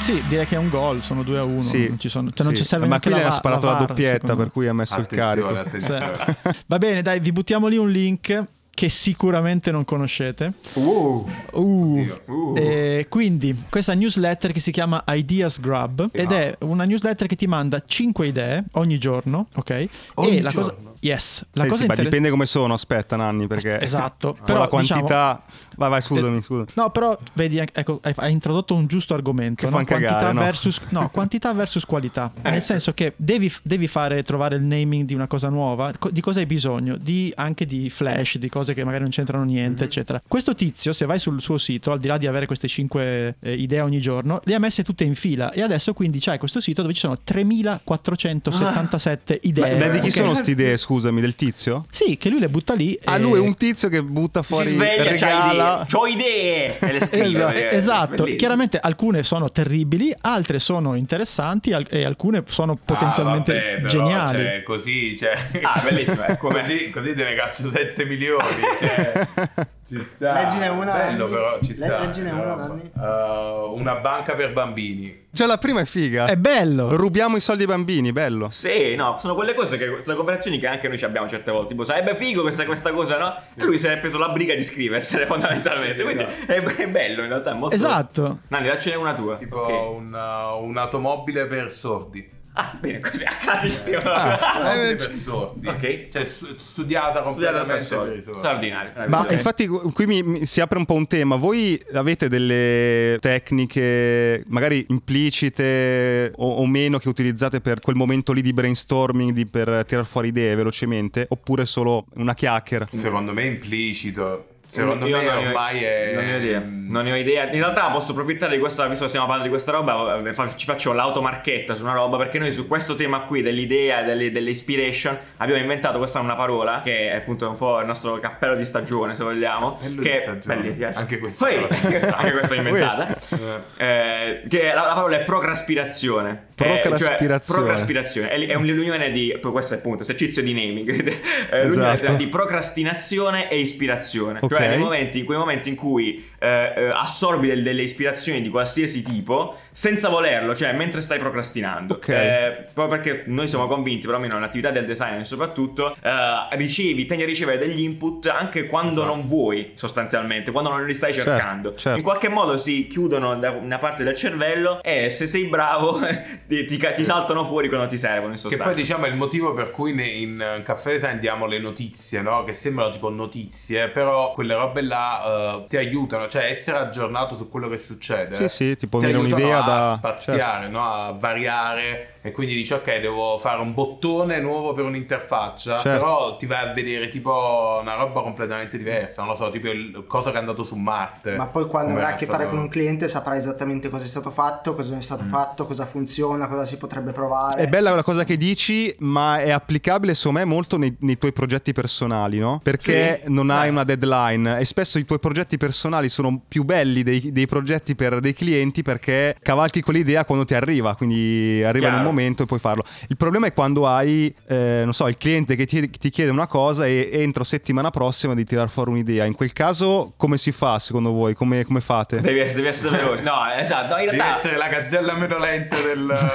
Speaker 4: Sì, direi che è un gol, sono 2 a 1.
Speaker 2: Sì,
Speaker 4: non, ci sono, cioè non
Speaker 2: sì.
Speaker 4: ci serve
Speaker 2: Ma
Speaker 4: neanche
Speaker 2: qui
Speaker 4: la
Speaker 2: le ha
Speaker 4: va-
Speaker 2: sparato la,
Speaker 4: VAR,
Speaker 2: doppietta,
Speaker 4: secondo me.
Speaker 2: per cui ha messo il
Speaker 3: Attenzione,
Speaker 2: carico.
Speaker 3: attenzione.
Speaker 4: Eh. Va bene, dai, vi buttiamo lì un link che sicuramente non conoscete. Uh. Eh, quindi, questa newsletter che si chiama Ideas Grab ed è una newsletter che ti manda 5 idee ogni giorno, ok?
Speaker 2: Ogni
Speaker 4: e la cosa
Speaker 2: giorno?
Speaker 4: yes, la
Speaker 2: Eh
Speaker 4: cosa
Speaker 2: sì, ma
Speaker 4: inter-
Speaker 2: dipende come sono, aspetta Nanni, perché
Speaker 4: Esatto,
Speaker 2: con
Speaker 4: però,
Speaker 2: la quantità... Vai, vai,
Speaker 4: Eh,
Speaker 2: scusami, scusami.
Speaker 4: No, però vedi, ecco, hai- hai introdotto un giusto argomento.
Speaker 2: Che
Speaker 4: no?
Speaker 2: fan cagare,
Speaker 4: quantità,
Speaker 2: no?
Speaker 4: Versus, no, quantità versus qualità. Nel senso che devi, devi fare, trovare il naming di una cosa nuova. co- di cosa hai bisogno? Di- anche di flash, di cose che magari non c'entrano niente,
Speaker 2: Mm-hmm.
Speaker 4: eccetera. Questo tizio, se vai sul suo sito, al di là di avere queste 5 idee ogni giorno, le ha messe tutte in fila. E adesso quindi c'hai questo sito dove ci sono 3477
Speaker 2: Ma,
Speaker 4: idee.
Speaker 2: ma di chi
Speaker 4: ok?
Speaker 2: sono sti idee, scusami, del tizio?
Speaker 4: Sì, che lui le butta lì.
Speaker 2: Ah,
Speaker 4: e-
Speaker 2: lui è un tizio che butta fuori...
Speaker 5: si sveglia, c'ha idee,
Speaker 2: regala...
Speaker 5: c'ho idee e le scrive.
Speaker 4: Esatto,
Speaker 5: perché-
Speaker 4: esatto.
Speaker 5: bellissimo.
Speaker 4: chiaramente alcune sono terribili, altre sono interessanti al- e alcune sono potenzialmente
Speaker 3: Ah, vabbè, però,
Speaker 4: geniali.
Speaker 3: cioè, così, cioè...
Speaker 5: Ah, bellissimo, eh, com'è?
Speaker 3: Così, così te ne caccio 7 milioni. cioè, ci sta.
Speaker 1: Leggine una,
Speaker 3: Bello
Speaker 1: Danny.
Speaker 3: però, ci
Speaker 1: Le-
Speaker 3: sta.
Speaker 1: leggine una, Danny.
Speaker 3: Uh, una banca per bambini.
Speaker 2: Già Cioè, la prima è figa.
Speaker 4: È bello.
Speaker 2: Rubiamo i soldi ai bambini, bello.
Speaker 5: Sì, no, sono quelle cose che sono conversazioni che anche noi ci abbiamo certe volte. Tipo, sarebbe figo questa, questa cosa, no? E lui si è preso la briga di scriversene fondamentalmente. Quindi
Speaker 3: esatto.
Speaker 5: è, è bello in realtà. È molto...
Speaker 4: Esatto.
Speaker 5: Nanni, daccene una tua.
Speaker 3: Tipo
Speaker 5: Ok.
Speaker 3: una- un'automobile per sordi.
Speaker 5: Ah, bene, così a casissimo.
Speaker 2: Ah, eh,
Speaker 3: Automobile per
Speaker 2: c-
Speaker 3: sordi.
Speaker 5: Ok.
Speaker 3: Cioè su- studiata
Speaker 5: Studiata
Speaker 3: completamente
Speaker 5: per soldi.
Speaker 3: per i sordi.
Speaker 5: Straordinario.
Speaker 2: Ma
Speaker 5: Eh, Ok.
Speaker 2: infatti gu- qui mi- mi- si apre un po' un tema. Voi avete delle tecniche magari implicite o, o meno che utilizzate per quel momento lì di brainstorming, di- per tirar fuori idee velocemente, oppure solo una chiacchiera?
Speaker 3: Secondo me è implicito. Secondo
Speaker 5: Io
Speaker 3: me
Speaker 5: non ne ho-
Speaker 3: ormai è...
Speaker 5: Non ne ho idea. Non ne ho idea. In realtà posso approfittare di questa, visto che stiamo parlando di questa roba, eh, fa- ci faccio l'automarchetta su una roba, perché noi su questo tema qui dell'idea, delle, delle inspiration, abbiamo inventato questa è una parola, che è appunto un po' il nostro cappello di stagione, se vogliamo.
Speaker 3: Cappello
Speaker 5: che
Speaker 3: di stagione.
Speaker 5: Belli, ti piace?
Speaker 3: Anche questa.
Speaker 5: Poi- anche questa è inventata. Eh, che la, la parola è procraspirazione. Eh, cioè,
Speaker 2: Procraspirazione.
Speaker 5: procraspirazione. È, è un- l'unione di. poi Questo è appunto esercizio di naming. Eh, l'unione
Speaker 2: Esatto.
Speaker 5: di procrastinazione e ispirazione.
Speaker 2: Ok.
Speaker 5: Cioè, nei momenti, in quei momenti in cui eh, eh, assorbi del- delle ispirazioni di qualsiasi tipo senza volerlo, cioè mentre stai procrastinando.
Speaker 2: Ok.
Speaker 5: Eh, proprio perché noi siamo convinti, perlomeno nell'attività del design soprattutto, eh, ricevi, tendi a ricevere degli input anche quando non vuoi, sostanzialmente, quando non li stai
Speaker 2: Esatto. Certo,
Speaker 5: cercando.
Speaker 2: certo.
Speaker 5: In qualche modo si chiudono da una parte del cervello e se sei bravo ti, ti ca- ti saltano fuori quando ti servono, in
Speaker 3: Che
Speaker 5: sostanza.
Speaker 3: poi diciamo è il motivo per cui ne- in, eh, Caffè Design diamo le notizie, no? Che sembrano tipo notizie, però quelle robe là eh, ti aiutano, cioè essere aggiornato su quello che succede.
Speaker 2: Sì, sì, ti può
Speaker 3: ti
Speaker 2: venire
Speaker 3: aiutano
Speaker 2: un'idea da-
Speaker 3: a
Speaker 2: certo.
Speaker 3: spaziare, no? A variare e quindi dici ok, devo fare un bottone nuovo per un'interfaccia,
Speaker 2: Certo.
Speaker 3: però ti vai a vedere tipo una roba completamente diversa, non lo so, tipo il cosa che è andato su Marte.
Speaker 1: Ma poi quando
Speaker 3: Come
Speaker 1: avrai a
Speaker 3: era
Speaker 1: che fare
Speaker 3: stato- Mm.
Speaker 1: con un cliente saprai esattamente cosa è stato fatto, cosa non è stato fatto, cosa funziona, cosa si potrebbe provare.
Speaker 2: È bella la cosa che dici, ma è applicabile secondo me molto nei, nei tuoi progetti personali, no? Perché
Speaker 5: Sì.
Speaker 2: non hai
Speaker 5: Eh.
Speaker 2: una deadline e spesso i tuoi progetti personali sono più belli dei, dei progetti per dei clienti perché cavalchi quell'idea quando ti arriva, quindi arriva
Speaker 5: Chiaro.
Speaker 2: nel momento e puoi farlo. Il problema è quando hai, eh, non so, il cliente che ti, ti chiede una cosa e entro settimana prossima di tirar fuori un'idea. In quel caso come si fa secondo voi? Come, come fate?
Speaker 5: Devi essere, devi essere veloce. No, esatto. No, in
Speaker 3: Devi
Speaker 5: realtà
Speaker 3: essere la gazzella meno lenta del...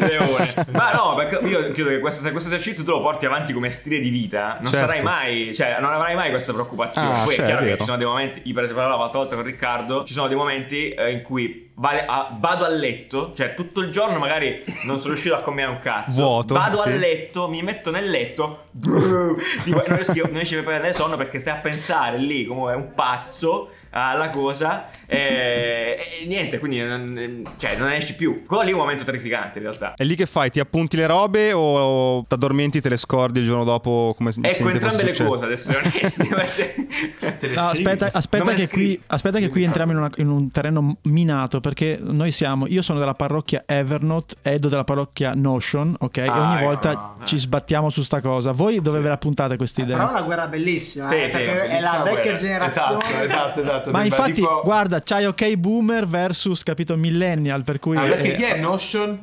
Speaker 5: Leone. Ma no, perché io credo che questo, se questo esercizio tu lo porti avanti come stile di vita, eh. non
Speaker 2: Certo.
Speaker 5: sarai mai, cioè, non avrai mai questa preoccupazione.
Speaker 2: Ah,
Speaker 5: Poi
Speaker 2: cioè,
Speaker 5: è chiaro
Speaker 2: è
Speaker 5: che
Speaker 2: vero.
Speaker 5: ci sono dei momenti, io per esempio parlavo l'altra volta con Riccardo, ci sono dei momenti eh, in cui vale- a- vado a letto, cioè tutto il giorno magari non sono riuscito a combinare un cazzo.
Speaker 2: Vuoto,
Speaker 5: Vado a
Speaker 2: sì.
Speaker 5: letto, mi metto nel letto, brrr, tipo, non riesco non riesci a prendere sonno perché stai a pensare lì come un pazzo alla cosa e, e niente, quindi non, cioè, non esci più. Quello lì è un momento terrificante in realtà.
Speaker 2: È lì che fai? Ti appunti le robe o ti addormenti, te le scordi il giorno dopo? Come
Speaker 5: Ecco,
Speaker 2: sempre
Speaker 5: entrambe le
Speaker 2: succede?
Speaker 5: cose, ad essere onesti. ma se-
Speaker 4: No, aspetta, aspetta
Speaker 5: Eh, Non me
Speaker 4: che
Speaker 5: le
Speaker 4: qui,
Speaker 5: scrivi.
Speaker 4: aspetta che qui entriamo in, una- in un terreno minato perché noi siamo, io sono della parrocchia Evernote, Edo della parrocchia Notion, ok? e
Speaker 5: Ah,
Speaker 4: ogni
Speaker 5: ecco,
Speaker 4: volta
Speaker 5: no, eh.
Speaker 4: ci sbattiamo su sta cosa. Voi dove ve la puntate questa idea?
Speaker 1: Però è una guerra bellissima,
Speaker 5: Sì,
Speaker 1: eh,
Speaker 5: sì,
Speaker 1: perché è
Speaker 3: Bellissima
Speaker 1: la vecchia
Speaker 3: guerra.
Speaker 1: generazione.
Speaker 3: Esatto, esatto, esatto.
Speaker 4: Ma
Speaker 3: Sembra
Speaker 4: infatti,
Speaker 3: tipo-
Speaker 4: guarda, c'hai ok boomer versus, capito, millennial, per cui...
Speaker 3: Ah, perché
Speaker 4: eh,
Speaker 3: chi è Notion?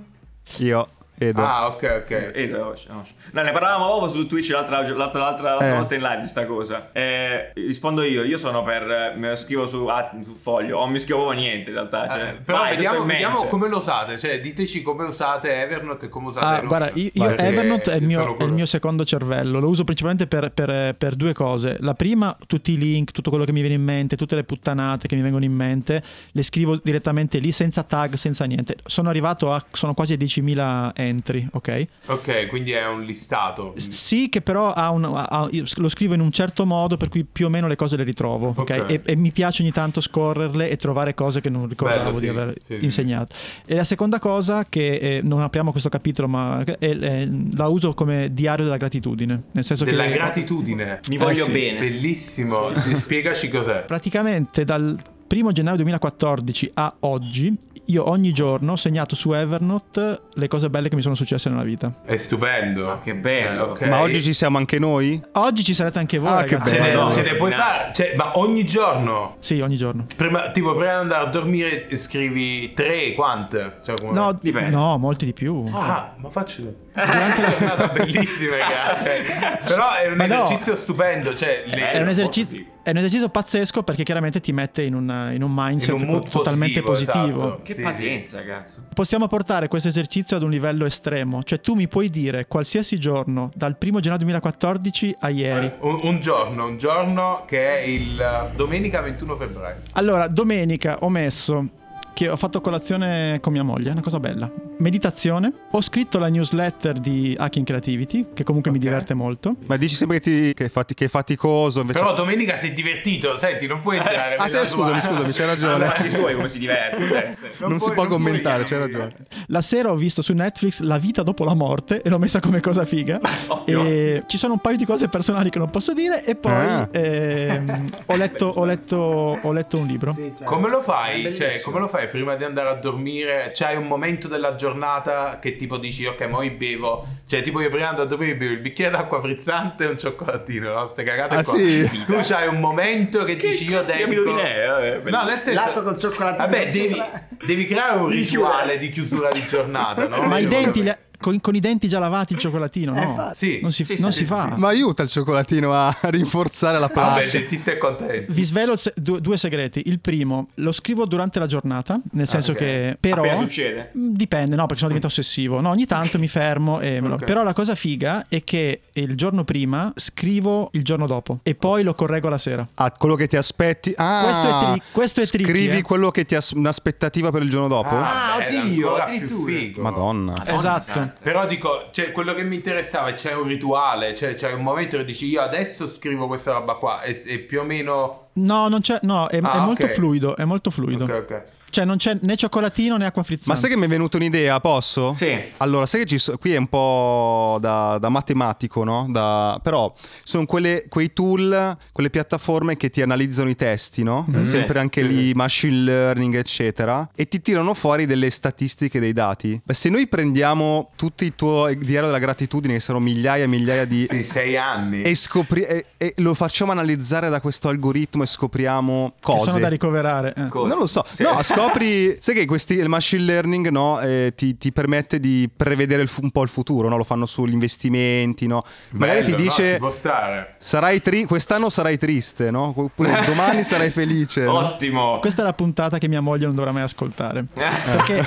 Speaker 2: Io, Edo.
Speaker 3: Ah, ok, ok.
Speaker 5: Eh, no, no. No, ne parlavamo proprio su Twitch l'altra, l'altra- l'altra- l'altra
Speaker 2: Eh.
Speaker 5: volta in live di sta cosa. Eh, rispondo io, io sono per... eh, Me lo scrivo su, ah, su foglio, o mi scrivo proprio niente in realtà. cioè,
Speaker 3: Eh, però
Speaker 5: vai,
Speaker 3: vediamo,
Speaker 5: tutto in
Speaker 3: vediamo
Speaker 5: mente.
Speaker 3: come lo usate, cioè diteci come usate Evernote e come usate
Speaker 4: Ah,
Speaker 3: Notion.
Speaker 4: guarda, io, io
Speaker 3: Perché
Speaker 4: Evernote è il,
Speaker 3: sono
Speaker 4: mio, è il
Speaker 3: quello-
Speaker 4: mio secondo cervello, lo uso principalmente per, per- per due cose. La prima, tutti i link, tutto quello che mi viene in mente, tutte le puttanate che mi vengono in mente, le scrivo direttamente lì senza tag, senza niente. Sono arrivato a, sono quasi a 10.000 entry, ok?
Speaker 3: Ok, quindi è un listato.
Speaker 4: Sì, che però ha un- ha- ha- io lo scrivo in un certo modo per cui più o meno le cose le ritrovo. ok?
Speaker 3: Ok.
Speaker 4: E, e mi piace ogni tanto scorrerle e trovare cose che non ricordavo
Speaker 3: Bello, sì,
Speaker 4: di aver
Speaker 3: sì, sì.
Speaker 4: insegnato. E la seconda cosa, che eh, non apriamo questo capitolo, ma eh, eh, la uso come diario della gratitudine. Nel senso
Speaker 3: Della
Speaker 4: che
Speaker 3: gratitudine.
Speaker 5: Mi voglio
Speaker 4: Eh sì.
Speaker 5: bene.
Speaker 3: Bellissimo. Spiegaci cos'è.
Speaker 4: praticamente dal 1 gennaio 2014 a oggi, io ogni giorno ho segnato su Evernote le cose belle che mi sono successe nella vita.
Speaker 3: È stupendo.
Speaker 5: Ma che bello.
Speaker 3: ok.
Speaker 2: Ma oggi ci siamo anche noi?
Speaker 4: Oggi ci sarete anche voi,
Speaker 2: Ah, che
Speaker 4: ragazzi.
Speaker 3: Ce ne,
Speaker 5: Madonna.
Speaker 3: ce ne puoi
Speaker 5: No.
Speaker 3: fare, cioè, ma ogni giorno.
Speaker 4: Sì, ogni giorno.
Speaker 3: Prima, tipo, prima di andare a dormire scrivi tre, quante? Cioè, come-
Speaker 4: No,
Speaker 5: Dipende.
Speaker 4: no, molti di più.
Speaker 3: Ah, ma faccio...
Speaker 4: Durante
Speaker 3: È
Speaker 4: la-
Speaker 3: una giornata bellissima, raga. Cioè, però è un
Speaker 4: Ma no.
Speaker 3: esercizio stupendo. Cioè, le-
Speaker 4: È un,
Speaker 5: un po'
Speaker 4: esercizio,
Speaker 5: così.
Speaker 4: è un esercizio pazzesco perché chiaramente ti mette in un, in un mindset
Speaker 3: in un mood
Speaker 4: totalmente positivo.
Speaker 3: esatto.
Speaker 5: Che
Speaker 3: Sì, sì.
Speaker 5: pazienza, cazzo.
Speaker 4: Possiamo portare questo esercizio ad un livello estremo, cioè tu mi puoi dire qualsiasi giorno dal 1 gennaio 2014 a ieri.
Speaker 3: Un, un giorno, un giorno che è il eh, domenica 21 febbraio.
Speaker 4: Allora, domenica ho messo che ho fatto colazione con mia moglie, è una cosa bella. Meditazione, ho scritto la newsletter di Hacking Creativity, che comunque mi
Speaker 3: Ok.
Speaker 4: diverte molto.
Speaker 2: Ma dici sempre che, ti- che è fati- che è faticoso. Invece...
Speaker 3: Però domenica sei divertito, senti, non puoi entrare.
Speaker 2: Ah, sì,
Speaker 3: nella
Speaker 2: scusami,
Speaker 3: tua-
Speaker 2: scusami, c'hai ragione.
Speaker 5: Allora, i suoi come si diverte. cioè,
Speaker 2: non, si
Speaker 3: puoi-
Speaker 2: può
Speaker 3: non puoi
Speaker 2: commentare, c'hai
Speaker 3: chiamarmi.
Speaker 2: ragione.
Speaker 4: La sera ho visto su Netflix La vita dopo la morte e l'ho messa come cosa figa.
Speaker 5: Ottimo.
Speaker 4: e ci sono un paio di cose personali che non posso dire e poi
Speaker 2: Ah.
Speaker 4: ehm, ho, letto, ho letto- ho letto un libro.
Speaker 1: Sì, cioè-
Speaker 3: Come lo
Speaker 5: È
Speaker 3: fai?
Speaker 5: bellissimo.
Speaker 3: Cioè, come lo fai prima di andare a dormire? C'hai un momento della giornata che tipo dici, ok, mo io bevo. Cioè, tipo io prima di andare a dormire bevo il bicchiere d'acqua frizzante e un cioccolatino, no? Ste cagate
Speaker 2: Ah,
Speaker 3: qua.
Speaker 2: sì?
Speaker 3: Tu c'hai un momento che,
Speaker 5: Che
Speaker 3: dici io
Speaker 5: cazzo di
Speaker 3: tempo...
Speaker 5: abitudine è? eh, Vabbè,
Speaker 3: No,
Speaker 5: bellissimo.
Speaker 3: nel senso...
Speaker 1: L'acqua col cioccolatino.
Speaker 3: Vabbè, devi, devi creare un rituale di chiusura di giornata, no?
Speaker 4: Ma i
Speaker 3: Secondo
Speaker 4: denti,
Speaker 3: me.
Speaker 4: li- con, con i denti già lavati il cioccolatino,
Speaker 1: Eh,
Speaker 4: no?
Speaker 1: infatti.
Speaker 3: Sì.
Speaker 4: Non si,
Speaker 5: Sì, sì,
Speaker 4: non
Speaker 5: sì,
Speaker 4: si
Speaker 5: sì,
Speaker 4: fa.
Speaker 5: sì.
Speaker 2: Ah. Ma aiuta il cioccolatino a rinforzare
Speaker 5: Ah,
Speaker 2: la
Speaker 3: Vabbè,
Speaker 4: Ah,
Speaker 2: pace.
Speaker 3: se ti sei contento.
Speaker 4: Vi svelo il se- due, due segreti. Il primo, lo scrivo durante la giornata, nel senso
Speaker 3: Ah, ok.
Speaker 4: che però...
Speaker 5: Appena succede.
Speaker 4: Mm, Dipende, no, perché sono diventato ossessivo. No, ogni tanto mi fermo e me lo...
Speaker 3: Ok.
Speaker 4: Però la cosa figa è che il giorno prima scrivo il giorno dopo e poi lo correggo la sera.
Speaker 2: Ah, quello che ti aspetti. Ah,
Speaker 4: Questo è tri- questo è tricky,
Speaker 2: Scrivi
Speaker 4: eh.
Speaker 2: quello che ti ha un'aspettativa per il giorno dopo.
Speaker 5: Ah,
Speaker 3: bello,
Speaker 5: oddio,
Speaker 3: ancora
Speaker 5: addirittura.
Speaker 3: più figo.
Speaker 2: Madonna.
Speaker 4: Esatto.
Speaker 5: santa.
Speaker 3: Però dico, cioè, quello che mi interessava è c'è un rituale, cioè c'è un momento che dici io adesso scrivo questa roba qua e, e più o meno...
Speaker 4: No, non c'è, no, è,
Speaker 3: Ah,
Speaker 4: è molto
Speaker 3: ok.
Speaker 4: fluido, è molto fluido.
Speaker 3: Ok, ok.
Speaker 4: Cioè non c'è né cioccolatino né acqua frizzante.
Speaker 2: Ma sai che mi è venuta un'idea, posso?
Speaker 5: Sì.
Speaker 2: Allora, sai che ci so- qui è un po' da, da matematico, no? Da- però sono quelle, quei tool, quelle piattaforme che ti analizzano i testi, no?
Speaker 3: Mhm.
Speaker 2: Sempre anche lì machine learning, eccetera, e ti tirano fuori delle statistiche dei dati. Beh, se noi prendiamo tutto il tuo diario della gratitudine, che sono migliaia e migliaia di...
Speaker 3: Sì, sei anni.
Speaker 2: Eh, E, scopri- e- e lo facciamo analizzare da questo algoritmo e scopriamo
Speaker 4: che
Speaker 2: cose.
Speaker 4: sono da ricoverare. eh.
Speaker 5: Cosa?
Speaker 2: Non lo so.
Speaker 5: Sì.
Speaker 2: No, scopri. sai che questi, il machine learning no, eh, ti, ti permette di prevedere il fu- un po' il futuro, no? lo fanno sugli investimenti. No? Magari
Speaker 3: Bello,
Speaker 2: ti
Speaker 3: No,
Speaker 2: dice:
Speaker 3: ci può stare.
Speaker 2: sarai tri- quest'anno sarai triste, no? oppure domani sarai felice. no?
Speaker 5: Ottimo.
Speaker 4: Questa è la puntata che mia moglie non dovrà mai ascoltare. Perché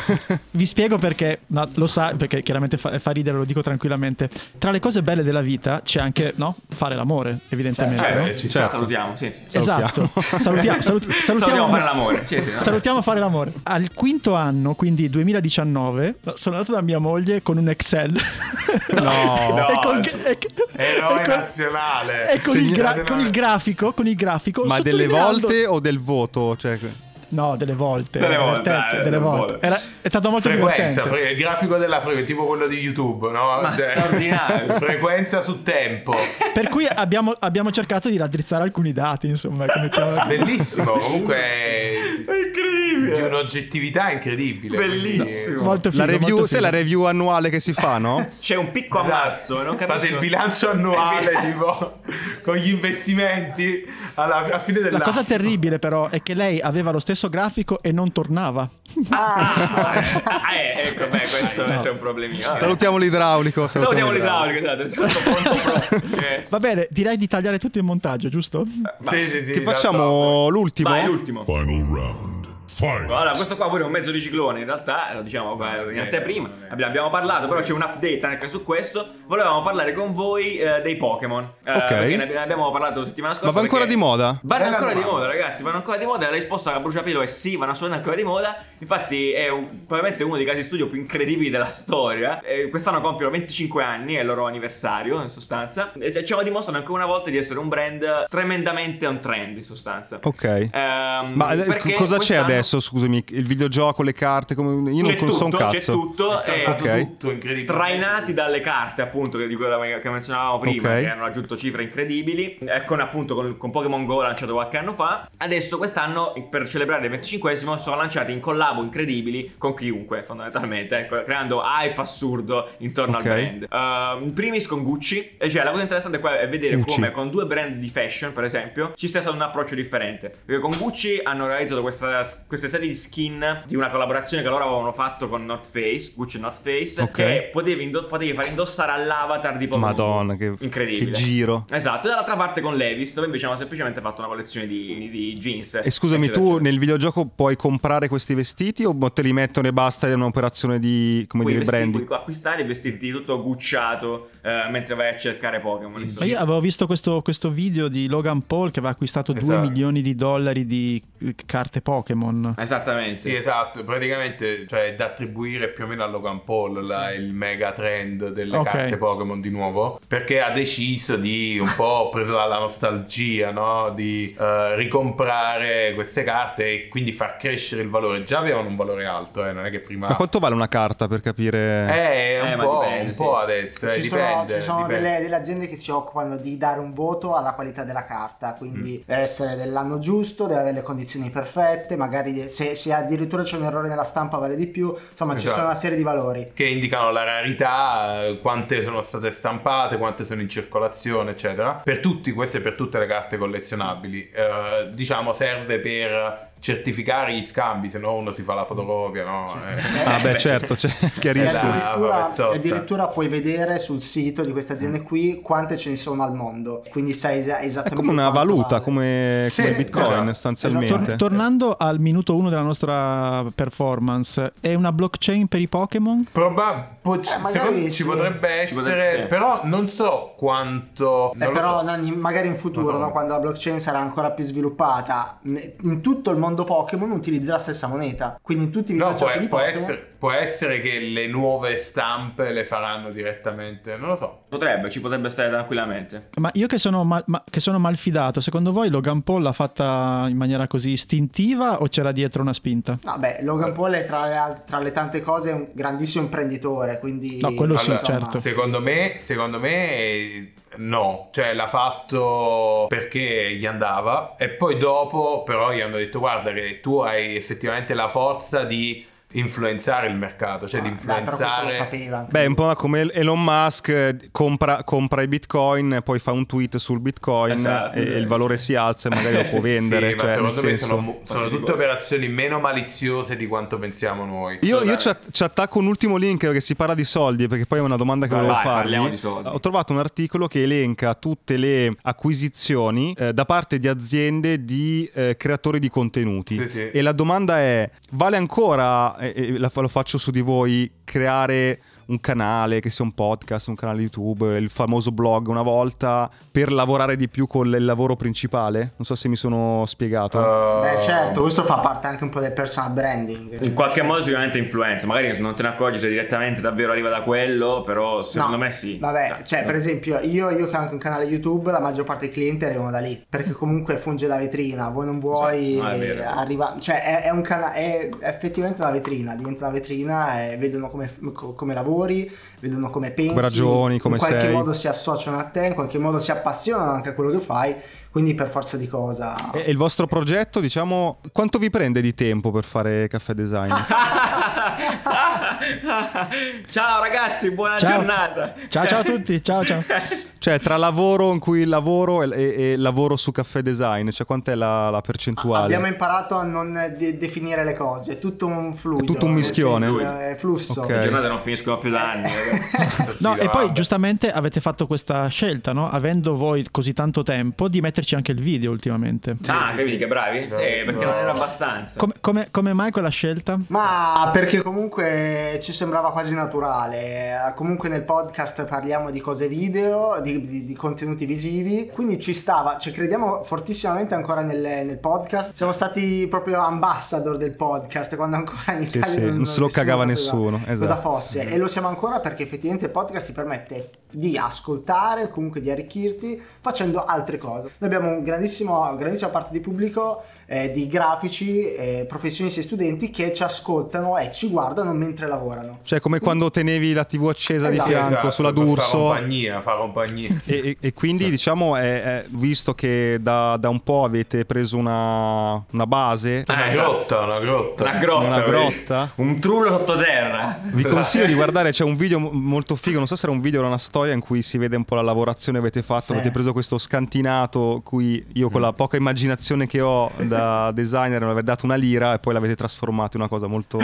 Speaker 4: vi spiego perché, no, lo sa, perché chiaramente fa, fa ridere, lo dico tranquillamente. Tra le cose belle della vita c'è anche, no? Fare l'amore, evidentemente.
Speaker 5: Cioè,
Speaker 4: no?
Speaker 5: beh, ci
Speaker 2: Certo.
Speaker 5: salutiamo, sì. sì.
Speaker 4: Esatto, salutiamo, Eh, salut- salutiamo,
Speaker 5: Salutiamo fare l'amore. Sì, sì, no.
Speaker 4: Salutiamo fare l'amore. Al quinto anno, quindi 2019, sono andato da mia moglie con un Excel.
Speaker 2: No.
Speaker 4: e col,
Speaker 5: No.
Speaker 4: e-
Speaker 3: Eroe
Speaker 4: e col-
Speaker 3: nazionale.
Speaker 4: E con il, gra-
Speaker 3: Segnate-
Speaker 4: con il grafico, con il grafico.
Speaker 2: Ma delle
Speaker 4: sottolineando-
Speaker 2: volte o del voto? Cioè,
Speaker 4: No, delle volte.
Speaker 5: Delle
Speaker 4: era
Speaker 5: volte,
Speaker 4: divertente,
Speaker 5: eh,
Speaker 4: delle
Speaker 5: delle
Speaker 4: volte.
Speaker 5: volte.
Speaker 4: Era- è stato molto
Speaker 3: Frequenza,
Speaker 4: divertente.
Speaker 3: fre- il grafico della frequenza, tipo quello di YouTube, no? Cioè,
Speaker 5: Ma straordinario.
Speaker 3: frequenza su tempo.
Speaker 4: per cui abbiamo, abbiamo cercato di raddrizzare alcuni dati, insomma. Come chiamano-
Speaker 3: Bellissimo, comunque è
Speaker 5: È
Speaker 3: di
Speaker 5: incredibile.
Speaker 3: un'oggettività incredibile. quindi-
Speaker 5: Bellissimo.
Speaker 4: molto figo,
Speaker 2: la review,
Speaker 4: molto
Speaker 2: sai la
Speaker 4: figo.
Speaker 2: review annuale che si fa, no?
Speaker 5: C'è un picco a marzo, non capisco.
Speaker 3: Esatto. Fate il bilancio annuale, tipo, con gli investimenti alla, alla fine dell'anno.
Speaker 4: La cosa terribile, però, è che lei aveva lo stesso grafico e non tornava.
Speaker 5: Ah, eh, ecco, beh, questo
Speaker 4: No.
Speaker 5: è un problemino. vabbè.
Speaker 2: Salutiamo l'idraulico.
Speaker 5: Salutiamo l'idraulico, esatto, è tutto pronto pro. Eh,
Speaker 4: Va bene, direi di tagliare tutto il montaggio, giusto?
Speaker 3: Sì, esatto. sì, sì,
Speaker 2: Che
Speaker 3: d'accordo.
Speaker 2: facciamo l'ultimo?
Speaker 5: Vai, l'ultimo.
Speaker 6: Final round. Fight.
Speaker 5: Allora, questo qua pure è un mezzo di ciclone, in realtà, lo diciamo qua in anteprima, abbi- abbiamo parlato, però c'è un update anche su questo. Volevamo parlare con voi eh, dei Pokémon. Eh,
Speaker 2: Ok.
Speaker 5: perché ne abbi- ne abbiamo parlato la settimana scorsa.
Speaker 2: Ma va ancora
Speaker 5: perché-
Speaker 2: di moda?
Speaker 5: Vanno
Speaker 3: Bella
Speaker 5: ancora di
Speaker 3: domanda.
Speaker 5: moda, ragazzi, vanno ancora di moda. La risposta a bruciapelo è sì, vanno assolutamente ancora di moda. Infatti è un- probabilmente uno dei casi di studio più incredibili della storia. Eh, quest'anno compiono 25 anni, è il loro anniversario in sostanza. E cioè, ciò dimostrano ancora una volta di essere un brand tremendamente on trend in sostanza.
Speaker 2: Ok.
Speaker 5: Ehm,
Speaker 2: Ma eh,
Speaker 5: perché
Speaker 2: cosa c'è
Speaker 5: quest'anno-
Speaker 2: adesso? Scusami, il videogioco, le carte, come... io non
Speaker 5: c'è
Speaker 2: non so un
Speaker 5: tutto,
Speaker 2: cazzo.
Speaker 5: c'è tutto,
Speaker 3: È
Speaker 5: eh,
Speaker 3: cambiato
Speaker 2: Ok.
Speaker 3: tutto, incredibile.
Speaker 5: trainati dalle carte appunto che- di quella che menzionavamo prima
Speaker 2: Ok.
Speaker 5: che hanno raggiunto cifre incredibili eh, con appunto con, con Pokémon Go lanciato qualche anno fa adesso quest'anno per celebrare il 25esimo sono lanciati in collabo incredibili con chiunque fondamentalmente ecco, creando hype assurdo intorno
Speaker 2: Ok.
Speaker 5: al brand Ehm, in primis con Gucci e cioè la cosa interessante qua è vedere
Speaker 2: Gucci.
Speaker 5: come con due brand di fashion per esempio ci sia stato un approccio differente perché con Gucci hanno realizzato questa s- queste serie di skin di una collaborazione che loro avevano fatto con North Face, Gucci e North Face,
Speaker 2: Ok.
Speaker 5: che potevi, indo- potevi far indossare all'avatar di Pokémon.
Speaker 2: Madonna, che,
Speaker 5: Incredibile.
Speaker 2: che giro.
Speaker 5: Esatto, e dall'altra parte con Levis, dove invece avevano semplicemente fatto una collezione di, di jeans.
Speaker 3: Eh,
Speaker 2: E scusami,
Speaker 5: eccetera,
Speaker 2: tu
Speaker 5: eccetera.
Speaker 2: nel videogioco puoi comprare questi vestiti o te li mettono e basta? È un'operazione di come
Speaker 5: puoi,
Speaker 2: dire,
Speaker 5: vesti-
Speaker 2: branding?
Speaker 5: puoi acquistare e vestirti tutto gucciato eh, mentre vai a cercare
Speaker 2: Mm.
Speaker 5: Pokémon.
Speaker 4: Ma
Speaker 5: insomma.
Speaker 4: io avevo visto questo, questo video di Logan Paul che aveva acquistato 2
Speaker 3: Esatto.
Speaker 4: milioni di dollari di eh, carte Pokémon.
Speaker 5: Esattamente.
Speaker 3: Sì, esatto, praticamente cioè, è da attribuire più o meno a Logan Paul la- il mega trend delle
Speaker 4: Ok.
Speaker 3: carte Pokémon di nuovo, perché ha deciso di un po' preso dalla nostalgia, no? di eh, ricomprare queste carte e quindi far crescere il valore. Già avevano un valore alto, eh, non è che prima...
Speaker 2: Ma quanto vale una carta per capire?
Speaker 3: Eh,
Speaker 5: Eh,
Speaker 3: un,
Speaker 5: ma
Speaker 3: po',
Speaker 5: dipende,
Speaker 3: un
Speaker 5: sì.
Speaker 3: po' adesso, eh,
Speaker 1: ci, sono,
Speaker 3: dipende.
Speaker 1: ci sono
Speaker 3: dipende.
Speaker 1: delle, delle aziende che si occupano di dare un voto alla qualità della carta, quindi
Speaker 3: Mm.
Speaker 1: deve essere dell'anno giusto, deve avere le condizioni perfette, magari de- se, se addirittura c'è un errore nella stampa vale di più, insomma ci
Speaker 3: Esatto.
Speaker 1: sono una serie di valori.
Speaker 3: che indicano la rarità, eh, quante sono state stampate, quante sono in circolazione, eccetera. Per tutti, queste e per tutte le carte collezionabili, eh, diciamo, serve per certificare gli scambi, se no uno si fa la fotocopia, no? Eh.
Speaker 2: ah, beh, certo, cioè,
Speaker 1: E
Speaker 2: chiarissimo.
Speaker 3: Esatto.
Speaker 1: addirittura,
Speaker 3: pezzotta.
Speaker 1: addirittura puoi vedere sul sito di queste
Speaker 3: Mm.
Speaker 1: aziende qui quante ce ne sono al mondo, quindi sai es-
Speaker 2: È
Speaker 1: esattamente
Speaker 2: come una
Speaker 1: quanto
Speaker 2: valuta,
Speaker 1: vale.
Speaker 2: come,
Speaker 3: Sì,
Speaker 2: come
Speaker 3: sì,
Speaker 2: Bitcoin,
Speaker 3: esatto.
Speaker 2: sostanzialmente.
Speaker 4: Tor- tornando al minuto 1 della nostra performance, è una blockchain per i Pokémon?
Speaker 3: Proba- po-
Speaker 1: Eh, magari
Speaker 3: secondo me
Speaker 1: sì.
Speaker 3: ci potrebbe
Speaker 5: Ci
Speaker 3: essere,
Speaker 5: potrebbe- sì.
Speaker 3: però non so quanto...
Speaker 1: Eh,
Speaker 3: non lo
Speaker 1: però
Speaker 3: so.
Speaker 1: non- magari in futuro,
Speaker 3: Non lo so.
Speaker 1: no, quando la blockchain sarà ancora più sviluppata, ne- in tutto il mondo Pokémon utilizza la stessa moneta. Quindi in tutti i
Speaker 3: No, può,
Speaker 1: videogiochi di
Speaker 3: può
Speaker 1: Pokémon
Speaker 3: essere, può essere che le nuove stampe le faranno direttamente, non lo so.
Speaker 5: Potrebbe, ci potrebbe stare tranquillamente.
Speaker 4: Ma io che sono, mal- ma- che sono malfidato, secondo voi Logan Paul l'ha fatta in maniera così istintiva o c'era dietro una spinta?
Speaker 1: Vabbè, Logan Paul è tra le, al- tra le tante cose un grandissimo imprenditore, quindi...
Speaker 4: No, quello sì,
Speaker 3: Allora,
Speaker 4: certo.
Speaker 3: Secondo me, secondo me eh, no, cioè l'ha fatto perché gli andava e poi dopo però gli hanno detto guarda che tu hai effettivamente la forza di influenzare il mercato, cioè di
Speaker 1: Ah, dai, però questo lo
Speaker 3: influenzare
Speaker 1: sapeva. anche
Speaker 2: Beh, è un
Speaker 1: lui.
Speaker 2: po' come Elon Musk eh, compra, compra i bitcoin, poi fa un tweet sul bitcoin
Speaker 5: Esatto,
Speaker 2: e, e il valore si alza e magari lo può
Speaker 5: Sì,
Speaker 2: vendere.
Speaker 3: eh, Sì, ma
Speaker 2: cioè, nel
Speaker 3: secondo me
Speaker 2: senso-
Speaker 3: sono, mu- sono
Speaker 5: Qualsiasi
Speaker 3: tutte
Speaker 5: cosa.
Speaker 3: operazioni meno maliziose di quanto pensiamo noi.
Speaker 2: Io, certo, io
Speaker 5: Assolutamente.
Speaker 2: ci, att- ci attacco un ultimo link perché si parla di soldi, perché poi è una domanda che
Speaker 5: Vai,
Speaker 2: volevo
Speaker 5: vai,
Speaker 2: farvi.
Speaker 5: parliamo di soldi.
Speaker 2: Ho trovato un articolo che elenca tutte le acquisizioni eh, da parte di aziende di eh, creatori di contenuti.
Speaker 3: Sì, sì.
Speaker 2: E la domanda è, vale ancora, e- e la fa- lo faccio su di voi, creare un canale, che sia un podcast, un canale YouTube, il famoso blog una volta, per lavorare di più con il lavoro principale? Non so se mi sono spiegato.
Speaker 5: Eh,
Speaker 3: Uh,
Speaker 1: Beh, certo, questo fa parte anche un po' del personal branding.
Speaker 5: In qualche modo sicuramente influenza, magari non te ne accorgi se direttamente davvero arriva da quello, però secondo
Speaker 1: No,
Speaker 5: me sì.
Speaker 1: Vabbè,
Speaker 5: Dai,
Speaker 1: cioè,
Speaker 5: dai.
Speaker 1: per esempio, io, io che ho anche un canale YouTube, la maggior parte dei clienti arrivano da lì. Perché comunque funge da vetrina. Voi non vuoi
Speaker 5: Esatto, no, è
Speaker 1: eh,
Speaker 5: vero.
Speaker 1: arriva- Cioè, è, è un cana- è effettivamente una vetrina. Diventa una vetrina e vedono come, co- come lavori, vedono come pensi.
Speaker 2: Come ragioni, come
Speaker 1: in qualche
Speaker 2: sei.
Speaker 1: modo si associano a te, in qualche modo si appassionano anche a quello che fai. Quindi, per forza di cosa.
Speaker 2: E e il vostro progetto, diciamo, quanto vi prende di tempo per fare caffè design?
Speaker 5: ciao ragazzi, buona
Speaker 4: Ciao.
Speaker 5: giornata.
Speaker 4: Ciao, ciao a tutti, ciao, ciao.
Speaker 2: Cioè, tra lavoro in cui lavoro e, e- e lavoro su caffè design, cioè quant'è la, la percentuale?
Speaker 1: Abbiamo imparato a non de- definire le cose, è tutto un fluido.
Speaker 2: È tutto un
Speaker 1: nel
Speaker 2: mischione.
Speaker 1: senso, È flusso.
Speaker 2: Ok.
Speaker 5: Le giornate non finiscono più l'anno, ragazzi.
Speaker 4: No,
Speaker 3: sì,
Speaker 4: e poi
Speaker 3: vabbè.
Speaker 4: giustamente avete fatto questa scelta, no? Avendo voi così tanto tempo di metterci anche il video ultimamente.
Speaker 5: Ah, capiti che bravi? Sì, perché non era abbastanza.
Speaker 4: Come, come- come mai quella scelta?
Speaker 1: Ma Ah, perché comunque ci sembrava quasi naturale. Eh, Comunque nel podcast parliamo di cose video, di, di- di contenuti visivi. Quindi ci stava, cioè crediamo fortissimamente ancora nel, nel podcast. Siamo stati proprio ambassador del podcast quando ancora in Italia
Speaker 2: sì, non se lo
Speaker 1: nessuno
Speaker 2: cagava
Speaker 1: sapeva
Speaker 2: nessuno,
Speaker 1: Cosa
Speaker 2: esatto.
Speaker 1: fosse. E lo siamo ancora perché effettivamente il podcast ti permette di ascoltare, comunque di arricchirti facendo altre cose. Noi abbiamo un grandissimo, grandissima parte di pubblico eh, di grafici, eh, professionisti e studenti che ci ascoltano e ci guardano mentre lavorano.
Speaker 2: Cioè, come quando tenevi la TV accesa
Speaker 1: Esatto.
Speaker 2: di fianco
Speaker 3: Esatto,
Speaker 2: sulla
Speaker 3: per Fa
Speaker 2: D'Urso. E,
Speaker 3: compagnia, fa compagnia.
Speaker 2: e- e quindi, diciamo, è- è- visto che da, da un po' avete preso una, una base,
Speaker 5: Ah,
Speaker 3: Una
Speaker 5: esatto.
Speaker 3: Eh, grotta, una grotta.
Speaker 5: Una grotta,
Speaker 2: Una
Speaker 5: vedi?
Speaker 2: grotta?
Speaker 5: un trullo sottoterra.
Speaker 2: vi consiglio di guardare, c'è un video mo- molto figo, non so se era un video o era una storia in cui si vede un po' la lavorazione che avete fatto,
Speaker 1: Sì. Mm.
Speaker 2: avete preso questo scantinato cui io con la poca immaginazione che ho da designer non aver dato una lira e poi l'avete trasformato in una cosa molto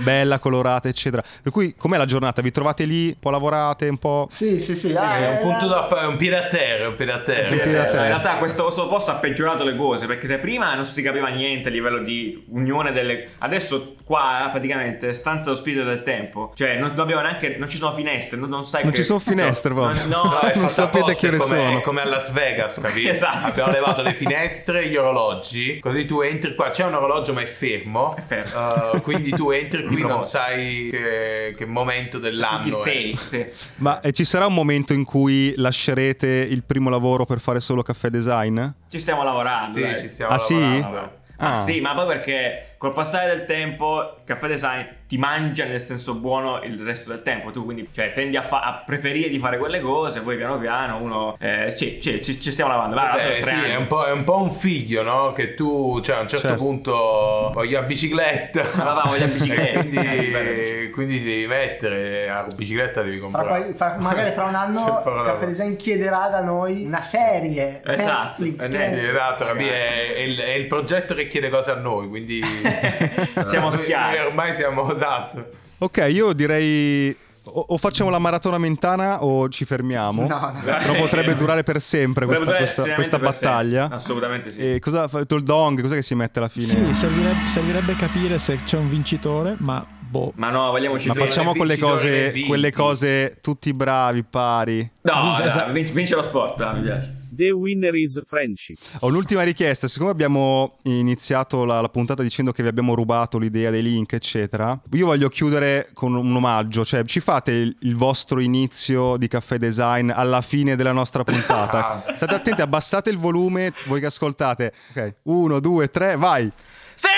Speaker 2: bella, colorata, eccetera. Per cui com'è la giornata? Vi trovate lì, un po' lavorate, un po'...
Speaker 1: Sì, sì, sì.
Speaker 3: Sì,
Speaker 1: ah,
Speaker 3: è un
Speaker 1: eh,
Speaker 3: punto
Speaker 1: la-
Speaker 3: da un piede a terra, un piede a terra.
Speaker 2: Piede a
Speaker 5: Eh,
Speaker 2: terra.
Speaker 5: In realtà questo, questo posto ha peggiorato le cose perché se prima non si capiva niente a livello di unione delle... Adesso qua praticamente stanza dello spirito del tempo, cioè non dobbiamo neanche... non ci sono finestre, non, non sai
Speaker 2: Non
Speaker 5: che-
Speaker 2: ci sono finestre
Speaker 5: No,
Speaker 2: proprio.
Speaker 5: No, no,
Speaker 3: è
Speaker 2: Non
Speaker 3: fatta
Speaker 2: sapete
Speaker 3: apposta,
Speaker 2: che ore
Speaker 3: è come-
Speaker 2: sono.
Speaker 3: È come a Las Vegas, capito?
Speaker 5: Esatto.
Speaker 3: Abbiamo levato le finestre, gli orologi. Così tu entri qua. C'è un orologio, ma è fermo.
Speaker 5: È fermo.
Speaker 3: Eh, quindi tu entri qui, non
Speaker 5: Promosso. Cioè,
Speaker 3: sai che, che momento dell'anno.
Speaker 5: tutti
Speaker 3: è.
Speaker 5: seri, eh, sì.
Speaker 2: Ma eh, ci sarà un momento in cui lascerete il primo lavoro per fare solo caffè design?
Speaker 5: Ci stiamo lavorando.
Speaker 3: Sì,
Speaker 5: dai.
Speaker 3: ci stiamo
Speaker 2: Ah, sì?
Speaker 3: lavorando.
Speaker 5: Ma
Speaker 2: Ah.
Speaker 5: sì, ma poi perché col passare del tempo il caffè design ti mangia nel senso buono il resto del tempo. Tu quindi cioè, tendi a, fa- a preferire di fare quelle cose, poi piano piano uno... eh, sì, sì, ci, ci stiamo lavando. Guarda, sono
Speaker 3: Beh,
Speaker 5: Cioè, tre
Speaker 3: Ah, Eh, sì,
Speaker 5: anni.
Speaker 3: è, un po', è un po' un figlio, no? Che tu, cioè, a un certo,
Speaker 2: Certo.
Speaker 3: punto voglio la bicicletta.
Speaker 5: Ma va, voglio la bicicletta.
Speaker 3: E quindi,
Speaker 5: Bello.
Speaker 3: quindi ti devi mettere la bicicletta, devi
Speaker 1: Fra
Speaker 3: comprare.
Speaker 1: qualche- fra- magari fra un
Speaker 3: C'è
Speaker 1: anno
Speaker 3: il programma.
Speaker 1: Caffè Design chiederà da noi una serie
Speaker 5: Esatto,
Speaker 1: Netflix,
Speaker 5: eh,
Speaker 1: che-
Speaker 3: Eh, Esatto, capì? è, è il, è il progetto che chiede cose a noi, quindi Eh,
Speaker 5: Siamo
Speaker 3: Noi-
Speaker 5: schiavi.
Speaker 3: noi Ormai siamo esatto.
Speaker 2: Ok, io direi o, o facciamo la maratona mentana o ci fermiamo.
Speaker 1: No, no.
Speaker 2: Però potrebbe durare per sempre questa,
Speaker 5: Potrebbe
Speaker 2: questa-
Speaker 5: durare
Speaker 2: questa
Speaker 5: seriamente per
Speaker 2: battaglia.
Speaker 5: sempre. Assolutamente sì.
Speaker 2: E cosa fa il dong? Cosa che si mette alla fine?
Speaker 4: Sì, servirebbe, servirebbe capire se c'è un vincitore, ma boh.
Speaker 5: Ma no, vogliamoci
Speaker 2: Ma
Speaker 5: bene.
Speaker 2: facciamo quelle
Speaker 3: vincitori dei
Speaker 2: cose,
Speaker 3: vinti.
Speaker 2: quelle cose tutti bravi, pari.
Speaker 5: No,
Speaker 4: Vince-
Speaker 5: dai,
Speaker 4: esatto.
Speaker 5: vince, vince lo sport, ah, mi piace.
Speaker 7: The winner is friendship.
Speaker 2: Ho un'ultima richiesta, siccome abbiamo iniziato la, la puntata dicendo che vi abbiamo rubato l'idea dei link, eccetera, io voglio chiudere con un omaggio, cioè ci fate il, il vostro inizio di caffè design alla fine della nostra puntata. State attenti, abbassate il volume, voi che ascoltate. Ok, uno, due, tre, vai!
Speaker 5: Sì!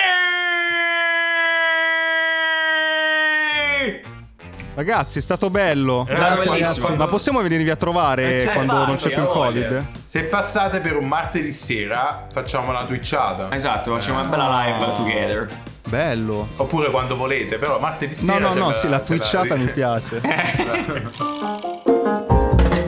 Speaker 2: Ragazzi, è stato bello.
Speaker 5: È stato
Speaker 3: Ragazzi,
Speaker 5: bellissimo.
Speaker 3: ragazzi,
Speaker 2: Ma possiamo venirvi a trovare
Speaker 5: Eh, certo,
Speaker 2: quando non c'è
Speaker 5: infatti,
Speaker 2: più il
Speaker 5: a
Speaker 2: Covid?
Speaker 3: Se passate per un martedì sera, facciamo la twitchata.
Speaker 5: Esatto, facciamo una bella live together.
Speaker 2: Bello.
Speaker 3: Oppure quando volete, però martedì
Speaker 2: No, no,
Speaker 3: sera.
Speaker 2: cioè,
Speaker 3: c'è
Speaker 2: no, sì, la
Speaker 3: c'è
Speaker 2: twitchata mi piace.